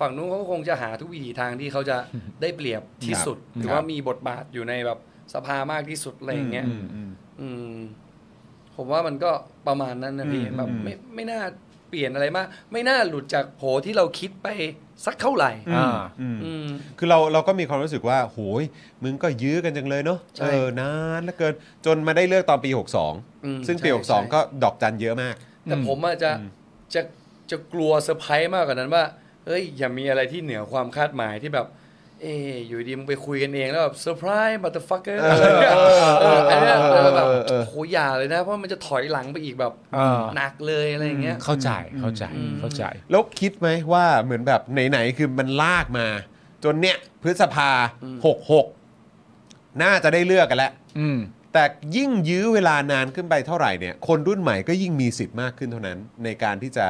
ฝั่งนู้นเขาก็คงจะหาทุกวิถีทางที่เขาจะได้เปรียบที่สุด ครับ หรื ค อ รับ ว่ามีบทบาทอยู่ในแบบสภามากที่สุดอะไรอย่างเงี้ย อืมอืม อืมผมว่ามันก็ประมาณนั้นนะพี่ อืม แบบ อืม ไม่ไม่น่าเปลี่ยนอะไรมาก ไม่น่าหลุดจากโผที่เราคิดไปสักเท่าไหร่ อ่า อืม อืม คือเราเราก็มีความรู้สึกว่าโหยมึงก็ยื้อกันจังเลยเนาะ ใช่ เออนานเหลือเกิน จนมาได้เลือกตอนปี อืม 62 ซึ่งปี ใช่ใช่ 62 ก็ดอกจันเยอะมาก แต่ผมอาจจะจะจะกลัวเซอร์ไพรส์มากกว่านั้นว่าเอ้ยอย่ามีอะไรที่เหนือความคาดหมายที่แบบ เอออยู่ดีมึงไปคุยกันเองแล้วแบบเซอร์ไพรส์มัตเตอร์ฟักเกอร์อะไรเงี้ยเอออันเนี้ยเออแบบ เออ โหอย่าเลยนะ เพราะมันจะถอยหลังไปอีกแบบ เออ หนักเลยอะไรอย่างเงี้ย เข้าใจเข้าใจ อืม เข้าใจ แล้วคิดไหมว่าเหมือนแบบไหน ๆ คือมันลากมา จนเนี่ยพฤษภา 66 น่าจะได้เลือกกันแล้ว อืม แต่ยิ่งยื้อเวลานานขึ้นไปเท่าไหร่เนี่ย คนรุ่นใหม่ก็ยิ่งมีสิทธิ์มากขึ้นเท่านั้น ในการที่จะ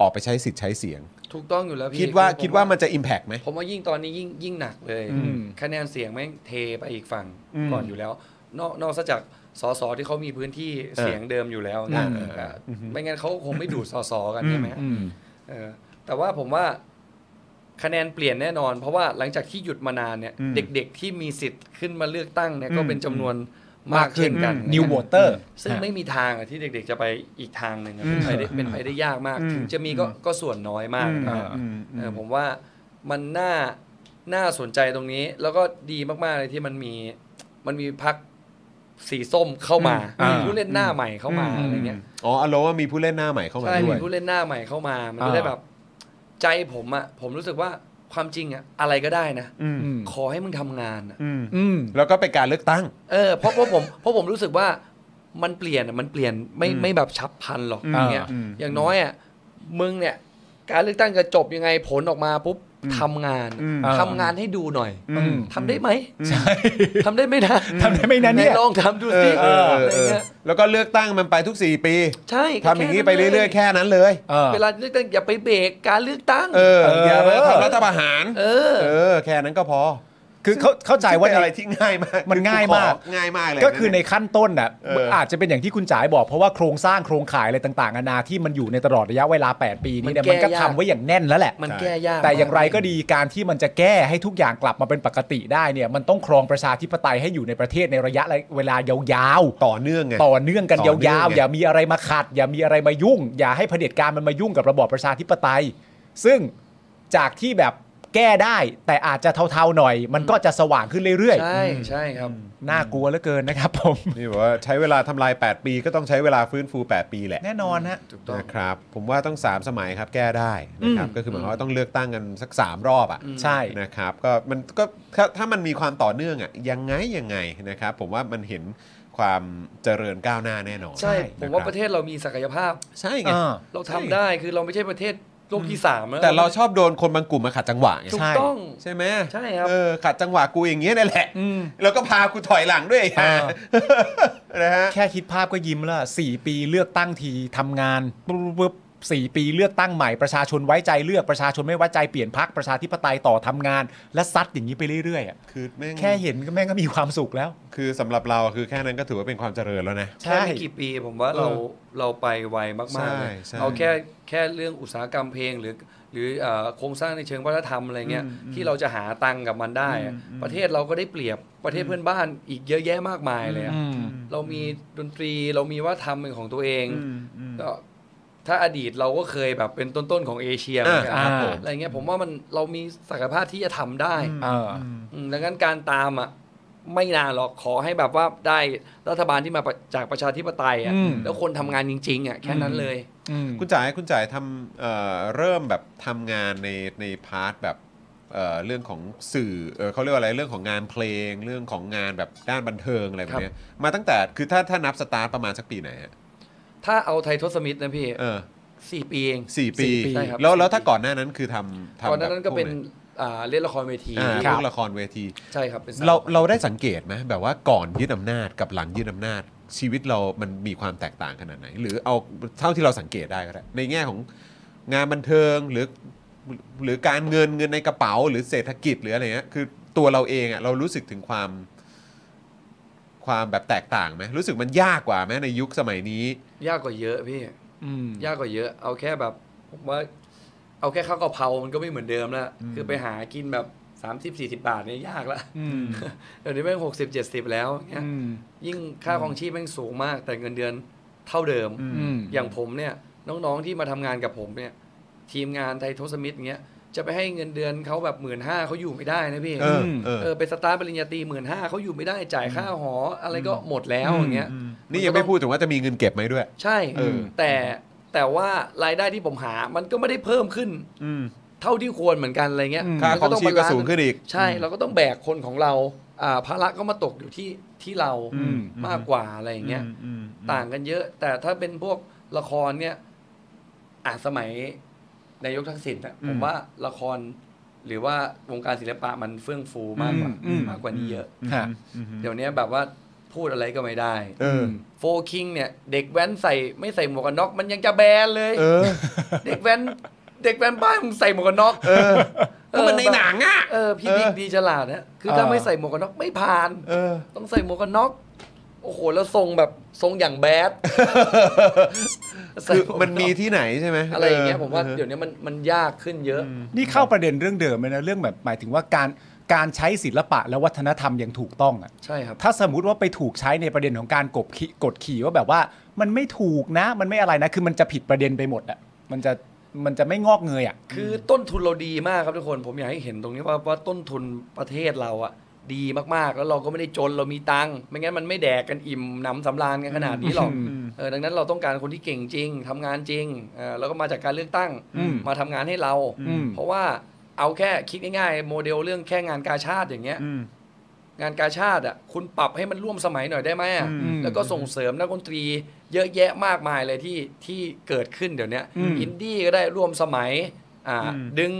ออกไปใช้สิทธิ์ใช้เสียง ถูกต้องอยู่แล้วพี่ คิดว่า อผม คิดว่ามันจะ Impact ไหม ผมว่ายิ่งตอนนี้ยิ่งยิ่งหนักเลย อืม คะแนนเสียงแม่งเทไปอีกฝั่ง อืม ก่อนอยู่แล้ว นอกนอกจากสสที่เขามีพื้นที่เสียงเดิมอยู่แล้วนะ อ่า เอออ ม ไม่งั้นเขาคงไม่ดูดสสกันใช่ไหมฮะ อืม เออแต่ว่าผมว่าคะแนนเปลี่ยนแน่นอน เพราะว่าหลังจากที่หยุดมานานเนี่ย อืม เด็กๆที่มีสิทธิ์ขึ้นมาเลือกตั้งเนี่ย อืม ก็เป็นจำนวนมากขึ้นกัน นิวโวเตอร์ ซึ่งไม่มีทางอะที่เด็กๆจะไปอีกทางหนึ่งอะ อืมเป็นไปได้เป็นไปได้ยากมาก อืม ถึงจะมีก็ก็ส่วนน้อยมากนะฮะ อืมอืม เออผมว่ามันน่าน่าสนใจตรงนี้ แล้วก็ดีมากๆเลยที่มันมีมันมีพักสีส้มเข้ามา อืม มีผู้เล่นหน้าใหม่เข้ามา อืม อะไรเงี้ย อ๋ออารมณ์ว่ามีผู้เล่นหน้าใหม่เข้ามา ใช่ ด้ว มี ย ผู้เล่นหน้าใหม่เข้ามา มัน อ่า ก็ได้แบบ ใจผมอะผมรู้สึกว่าความจริงอะอะไรก็ได้นะ อืม อืม ขอให้มึงทำงานอะ อืม อืม แล้วก็เป็นการเลือกตั้ง เออเพราะเพราะผมเพราะผมรู้สึกว่ามันเปลี่ยนอะมันเปลี่ยนไม่ อืม ไม่แบบฉับพลันหรอก อืม อย่างเงี้ย อืม อย่างน้อยอะมึงเนี่ย การเลือกตั้งจะจบยังไงผลออกมาปุ๊บทำงาน อืม ทำงานให้ดูหน่อย อืม ทำได้ไหม ใช่ ทำได้ไหมนะ ทำได้ไหมนะ ไหน เนี่ย ลองทำดู เอ สิ อเออ อะไร เออ เงี้ย แล้วก็เลือกตั้งมันไปทุก 4 ปี ใช่ก็ ทำอย่างนี้ แค่ ไปเรื่อยๆ แค่นั้นเลย เออ เวลาเลือกตั้งอย่าไปเบรกการเลือกตั้ง เออ เอออ อย่ามาทำรัฐประหาร เออ เออ แค่นั้นก็พอ คือเข้าเข้าใจว่า เป็นอะไร ใน ที่ง่ายมาก มันง่ายมาคืกอของ่ายมากเลย ก็คือในขั้นต้นน่ะ เอออ อาจจะเป็นอย่างที่คุณจ๋ายบอกเพราะว่าโครงสร้างโครงข่ายอะไรต่างๆนานาที่มันอยู่ในตลอดระยะเวลา 8 ปีนี้เนี่ย มั มัน นแก้ ก็ ยาก ทำไว้อย่างแน่นแล้วแหละ มันแก้ยาก แต่อย่างไร ม ก็ดีการที่มันจะแก้ให้ทุกอย่างกลับมาเป็นปกติได้เนี่ยมันต้องครองประชาธิปไตยให้อยู่ในประเทศในระยะเวลายาวๆ ต่อเนื่องไง ต่อเนื่องกัน ต่ ย อเนื่อง าว ไง ๆ อย่ามีอะไรมาขัด อย่ามีอะไรมายุ่ง อย่าให้เผด็จการมันมายุ่งกับระบอบประชาธิปไตย ซึ่งจากที่แบบแก้ได้ แต่อาจจะเทาๆหน่อย มันก็จะสว่างขึ้นเรื่อย ใช่ใช่ครับ ๆ น่ากลัวเหลือเกินนะครับผม นี่บอกว่าใช้เวลาทำลาย 8 ปีก็ต้องใช้เวลาฟื้นฟู 8 ปีแหละ แน่นอนฮะ ถูกต้อง นะครับ ผมว่าต้อง 3 สมัยครับแก้ได้นะครับ ก็คือหมายความว่าต้องเลือกตั้งกันสัก 3 รอบอ่ะ ใช่ นะครับก็มันก็ถ้าถ้ามันมีความต่อเนื่องอ่ะยังไงยังไงนะครับผมว่ามันเห็น ความเจริญก้าวหน้าแน่นอน ใช่ผมว่า คบ ประเทศเรามีศักยภาพ ใช่ไง อ่า เราทำได้คือเราไม่ใช่ประเทศโลกที่สามนะ แต่เราชอบโดนคนบางกลุ่มมาขัดจังหวะไง ถู ใช่ กต้อง ใช่ไหม ใช่ครับ เออขัดจังหวะกูอย่างเงี้ยนั่นแหละ อืม แล้วก็พากูถอยหลังด้วยไอ้ห่า นะฮะ แค่คิดภาพก็ยิ้มแล้วสี่ปีเลือกตั้งทีทำงานปุ๊บปุ๊บปุ๊บสี่ปีเลือกตั้งใหม่ประชาชนไว้ใจเลือกประชาชนไม่ไว้ใจเปลี่ยนพักประชาธิปไตยต่อทำงาน และซัดอย่างนี้ไปเรื่อยๆอะ คือแม่ง แค่เห็นก็แม่งก็มีความสุขแล้ว คือสำหรับเราคือแค่นั้นก็ถือว่าเป็นความเจริญแล้วนะ ใช่ แค่ไม่กี่ปีผมว่าเรา เออ เราไปไว ใช่ มากๆเลย ใช่ เอาแค่แค่เรื่องอุตสาหกรรมเพลงหรือหรือเอ่อโครงสร้างในเชิงวัฒนธรรมอะไรเงี้ยที่เราจะหาตังค์กับมันได้อะประเทศเราก็ได้เปรียบประเทศเพื่อนบ้านอีกเยอะแยะมากมายเลยอะ อืม เรามีดนตรีเรามีวัฒนธรรมเป็นของตัวเอง อืมอืม ก็ถ้าอดีตเราก็เคยแบบเป็นต้นๆของเอเชียเหมือนกัน อ่า ครับผมอะไรเงี้ยผมว่ามันเรามีศักยภาพที่จะทำได้ เอออ อืมดังนั้นการตามอ่ะไม่นานหรอกขอให้แบบว่าได้รัฐบาลที่มาจากประชาธิปไตยอ่ะ อืม แล้วคนทำงานจริงๆอ่ะแค่นั้นเลย อืม คุณจ๋ายคุณจ๋ายทำเอ่อเริ่มแบบทำงานในในพาร์ทแบบเอ่อเรื่องของสื่อเอ่อเขาเรียกว่าอะไรเรื่องของงานเพลง เรื่องของงานแบบด้านบันเทิงอะไรแบบเนี้ยมาตั้งแต่คือถ้าถ้านับสตาร์ทประมาณสักปีไหนฮะ ถ้าเอาไทยทศมิตรนะพี่ เออ สี่ปีเอง สี่ สี่ ปี ปี ใช่ครับ แล้วแล้ว สี่ปี ถ้าก่อนหน้านั้นคือทำทำ ก่อนหนานั้นก็ แบบพว เป็น ไห อ่าเล่นละครเวที อ่าพครับ วกละครเวที ใช่ครับเป็นสว เราเราได้สังเกตไหมแบบว่าก่อนยึดอำนาจกับหลังยึดอำนาจ ชีวิตเรามันมีความแตกต่างขนาดไหน หรือเอาเท่าที่เราสังเกตได้ก็ได้ในแง่ของงานบันเทิงหรือหรือการเงินเงินในกระเป๋า หรือเศรษฐกิจหรืออะไรเงี้ยคือตัวเราเองอะเรารู้สึกถึงความความแบบแตกต่างไหมรู้สึกมันยากกว่าไหมในยุคสมัยนี้ ยากกว่าเยอะพี่ อืม ยากกว่าเยอะ เอาแค่แบบผมว่า เอาแค่ข้าวกะเพรามันก็ไม่เหมือนเดิมแล้วคือไปหากินแบบสามสิบสี่สิบาทเนี่ยยากละ อืม เดี๋ยวนี้แม่งหกสิบเจ็ดสิบแล้วเนี่ย อืม ยิ่งค่าครองชีพแม่งสูงมาก แต่เงินเดือนเท่าเดิม อืม อย่างผมเนี่ยน้องๆที่มาทำงานกับผมเนี่ยทีมงานไทยทศมิตรเงี้ยจะไปให้เงินเดือนเขาแบบหมื่นห้าเขาอยู่ไม่ได้นะพี่ เออ ม เออ เออไปสตาร์ทปริญญาตรีหมื่นห้าเขาอยู่ไม่ได้จ่ายค่าหออะไรก็หมดแล้วอย่างเงี้ย นี่ยังไม่พูดถึงว่าจะมีเงินเก็บไหมด้วย ใช่ เออ แต่แต่ว่ารายได้ที่ผมหามันก็ไม่ได้เพิ่มขึ้น เท่าที่ควรเหมือนกันอะไรเงี้ย อืม ค่า มัน ของ ต้ ชีพก็ บาลานซ์ สูงขึ้นอีก ใช่เราก็ต้องแบกคนของเราอ่าภาระก็มาตกอยู่ที่ที่เรา อืม มากกว่าอะไรอย่างเงี้ย ต่างกันเยอะ แต่ถ้าเป็นพวกละครเนี่ยอ่ะสมัยนายกทักษิณนะ อืม ผมว่าละครหรือว่าวงการศิลปะมันเฟื่องฟูมากกว่า อืมอืม มากกว่านี้เยอะ ฮะ เดี๋ยวนี้แบบว่าพูดอะไรก็ไม่ได้ เออ โฟคิงเนี่ย เด็กแว้นใส่ไม่ใส่หมวกกันน็อกมันยังจะแบนเลย เออ เด็กแว้น เด็กแว้นบ้านมึงใส่หมวกกันน็อก ก็มันในหนังอ่ะ เออพี่บิ๊กดีฉลาดนะคือถ้าไม่ใส่หมวกกันน็อกไม่ผ่าน เออ ต้องใส่หมวกกันน็อกโอ้โหแล้วทรงแบบทรงอย่างแบด คือมันมีที่ไหนใช่ไหม อะไรอย่างเงี้ยผมว่า ออ เดี๋ยวนี้มันมันยากขึ้นเยอะ นี่เข้าประเด็นเรื่องเดิมเลยนะเรื่องแบบหมายถึงว่าการการใช้ศิลปะและวัฒนธรรมอย่างถูกต้องอ่ะ ใช่ครับ ถ้าสมมติว่าไปถูกใช้ในประเด็นของการกบขีกดขี่ว่าแบบว่า มันไม่ถูกนะ มันไม่อะไรนะ คือมันจะผิดประเด็นไปหมดอ่ะมันจะมันจะไม่งอกเงยอ่ะ คือต้นทุนเราดีมากครับทุกคน ผมอยากให้เห็นตรงนี้ว่าว่าต้นทุนประเทศเราอะดีมากๆ แล้วเราก็ไม่ได้จนเรามีตังค์ไม่งั้นมันไม่แดกกันอิ่มหนำสำราญกันขนาดนี้หรอก อืม เออดังนั้นเราต้องการคนที่เก่งจริงทำงานจริงเออแล้วก็มาจากการเลือกตั้ง อืม มาทำงานให้เรา อืม เพราะว่าเอาแค่คิดง่ายๆ โมเดลเรื่องแค่งานกาชาติอย่างเงี้ย งานกาชาติอ่ะคุณปรับให้มันร่วมสมัยหน่อยได้ไหมอ่ะ อืม แล้วก็ส่งเสริมนักดนตรี เยอะแยะมากมายเลยที่ที่เกิดขึ้นเดี๋ยวเนี้ย อืม อินดี้ก็ได้ร่วมสมัยอ่าดึง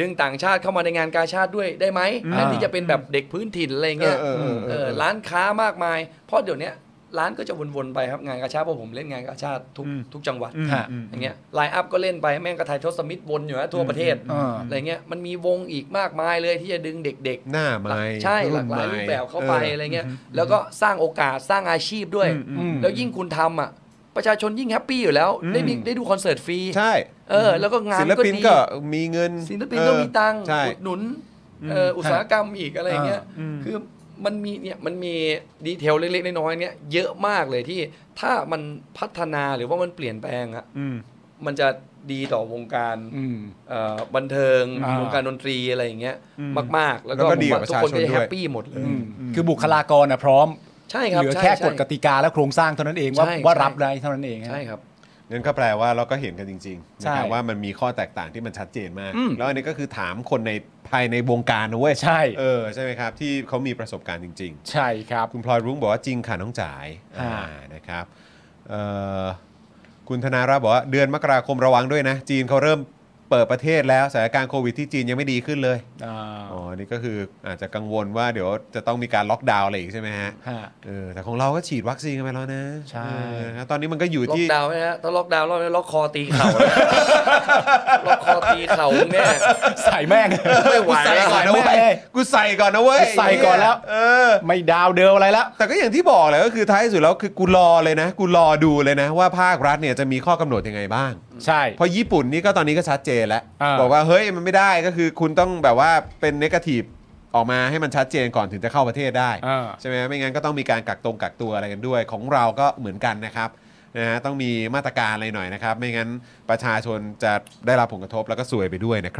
ดึงต่างชาติเข้ามาในงานกาชาติด้วยได้ไหมแทนที่จะเป็นแบบเด็กพื้นถิ่นอะไรเงี้ย เออเออเออเออ เออร้านค้ามากมาย เพราะเดี๋ยวเนี้ยร้านก็จะวนๆไปครับงานกาชาติเพราะผมเล่นงานกาชาติทุกทุกจังหวัด ฮะ อย่างเงี้ยไลน์อัพก็เล่นไปแม่งกระไทยทศมิตรวนอยู่นะทั่วประเทศ อ่า อะไรเงี้ยมันมีวงอีกมากมายเลยที่จะดึงเด็กๆ หน้าไม้ ใช่หลากหลายรูปแบบเข้าไปอะไรเงี้ยแล้วก็สร้างโอกาสสร้างอาชีพด้วย อืม แล้วยิ่งคุณทำอ่ะ ประชาชนยิ่งแฮปปี้อยู่แล้วได้มีได้ดูคอนเสิร์ตฟรี ใช่ เออ แล้วก็งาน ศิล ก็ ปิน ดี ก็มีเงิน ศิลปินก็มีตังค์ ใช่ อุดหนุนเอออุตสาหกรรมอีกอะไรเงี้ยคือมันมีเนี่ยมันมีดีเทลเล็กๆน้อยๆเนี่ยเยอะมากเลยที่ถ้ามันพัฒนาหรือว่ามันเปลี่ยนแปลงอ่ะมันจะดีต่อวงการ อืม เอ่อบันเทิง อ่าว งการดนตรีอะไรอย่างเงี้ยมาก ๆ แล้วก็ แล้วก็ ผม ดีกับ ว่าทุกคน ประชาชนด้วก็จะย แฮปปี้หมดเลย อืมคือบุคลากรนะพร้อม ใช่ครับ เหลือ ใช่ แค่ ใช่ กฎกติกาและโครงสร้างเท่านั้นเองว่า ใช่ ว่า ใช่ รับได้เท่านั้นเองฮะ ใช่ครับ นั่นก็แปลว่าเราก็เห็นกันจริงๆ ใช่ นะครับว่ามันมีข้อแตกต่างที่มันชัดเจนมาก อืม แล้วอันนี้ก็คือถามคนในภายในวงการนะเว้ย ใช่ เออใช่ไหมครับที่เขามีประสบการณ์จริง ๆ ใช่ครับ คุณพลอยรุ้งบอกว่าจริงค่ะน้องจ๋าย อ่า อ่านะครับเอ่อคุณธนาราบอกว่าเดือนมกราคมระวังด้วยนะ จีนเขาเริ่มเปิดประเทศแล้วสถานการณ์โควิดที่จีนยังไม่ดีขึ้นเลย อ่า อ๋อนี่ก็คืออาจจะกังวลว่าเดี๋ยวจะต้องมีการล็อกดาวน์อะไรอีกใช่ไหมฮะ ฮะ เออแต่ของเราก็ฉีดวัคซีนกันไปแล้วนะ ใช่ เออนะครับตอนนี้มันก็อยู่ ล็อ ที่ กดาวน์ไหมฮะต้องล็อกดาวน์รอบนี้ล็อกคอตีเข่านะ ล็อกคอตีเข่าแน่ ใส่แม่ง ไม่ไหว กูใส่ก่ ก่ อ อน น นะ นะ เว้ เว้ ย ยกูใส่ก่อนนะเว้ย กูใส่ก่อนแล้ว เออ ไม่ดาวเดิมอะไรแล้ว แต่ก็อย่างที่บอกแหละก็คือท้ายสุดแล้วคือกูรอเลยนะ กูรอดูเลยนะ ว่าภาครัฐเนี่ยจะมีข้อกำหนดยังไงบ้าง ใช่ เพราะญี่ปุ่นนี่ก็ตอนนี้ก็ชัดเจนแล้ว อ่า บอกว่าเฮ้ยมันไม่ได้ก็คือคุณต้องแบบว่าเป็นเนกาทีฟออกมาให้มันชัดเจนก่อนถึงจะเข้าประเทศได้ อ่า ใช่ไหมไม่งั้นก็ต้องมีการกักตรงกักตัวอะไรกันด้วย ของเราก็เหมือนกันนะครับนะฮะต้องมีมาตรการอะไรหน่อยนะครับ ไม่งั้นประชาชนจะได้รับผลกระทบแล้วก็ซวยไปด้วยนะครับ